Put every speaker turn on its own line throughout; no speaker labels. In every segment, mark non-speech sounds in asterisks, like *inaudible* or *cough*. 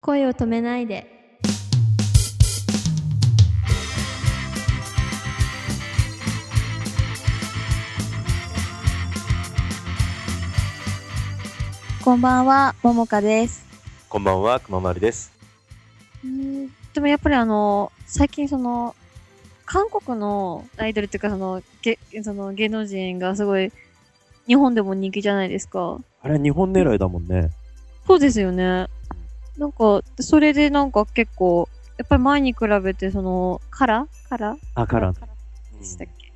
声を止めないで。
こんばんは、ももかです。
こんばんは、くままるです。
うん、でもやっぱりあの、最近その、韓国のアイドルっていうかその、げその芸能人がすごい、日本でも人気じゃないですか。
あれ、日本狙いだもんね。
そうですよね。なんか、それでなんか結構、やっぱり前に比べてその、カラーカラー
あ、からん。
でしたっけ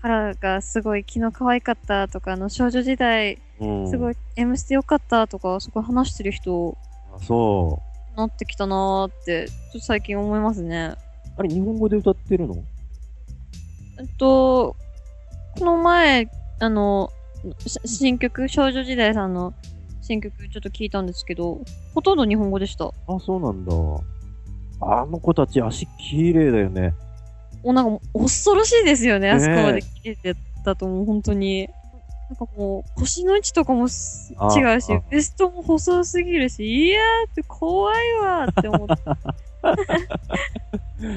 カラーがすごい昨日可愛かったとか、あの少女時代
うん。
すご
い。
い M ステ良かったとか、すごい話してる人
あそ
なってきたなーって、ちょっと最近思いますね。
う。あれ、日本語で歌ってるの
えっと、この前、あの、し新曲、少女時代さんの新曲ちょっと聞いたんですけど、ほとんど日本語でした。
あ、そうなんだ。あの子たち足綺麗だよね。
もうなんかもう恐ろしいですよね、
ねえ
あそこまで切れてたともう本当に。なんかもう腰の位置とかもす
あ
違うし
あ、
ベストも細すぎるし、いやーって怖いわーって思って。 *laughs*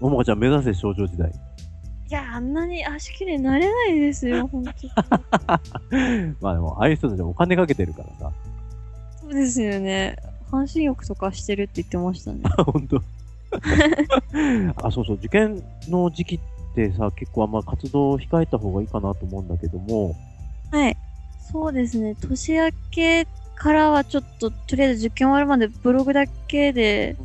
ももかちゃん目指せ少女時代。 *laughs*
いや、あんなに足綺麗になれないですよ、本当に。
まあでも、ああいう人たちお金かけてるからさ。 *laughs*
そうですよね。半身浴とかしてるって言って
*laughs*
ましたね。
ほ
*laughs*
んと。あ、そうそう。受験の時期ってさ、結構あんま活動を控えた方がいいかなと思うんだけども、
はい。そうですね。年明けからはちょっと、とりあえず受験終わるまでブログだけで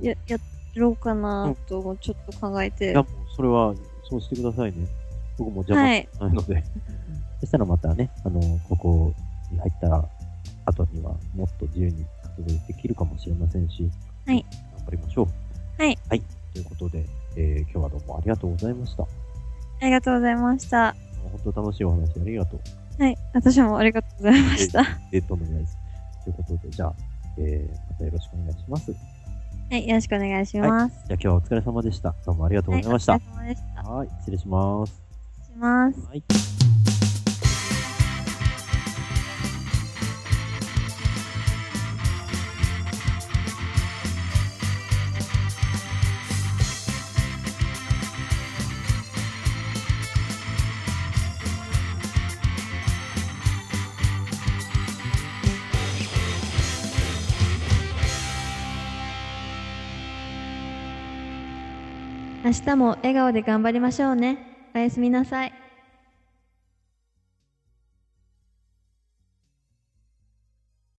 ややろうかなと、ちょっと考え
い
て。
や、
は
もうそれは、そうしてくださいね。僕も邪魔し
い。
ないので。 *laughs* そしたらまたね、あの、ここに入った後には、もっと自由に活動できるかもしれませんし、
はい。
頑張りましょう。
はい。
はい。ということで、えー今日はどうもありがとうございました。も
ありがとうございました。
う本当楽しいお話ありがとう。
はい。私もありがとうございました。は
えー、とんでもないです。ということで、じゃあ、えーまたよろしくお願いします。じゃ
い。よろしくお願いします。
あ今日はお疲れ様でした。どうもありがとう
はい。
ございました。
お
は
疲れ様でした。
い。失礼します。
失礼します。
はい。
明日も笑顔で頑張りましょうね。おやすみなさい。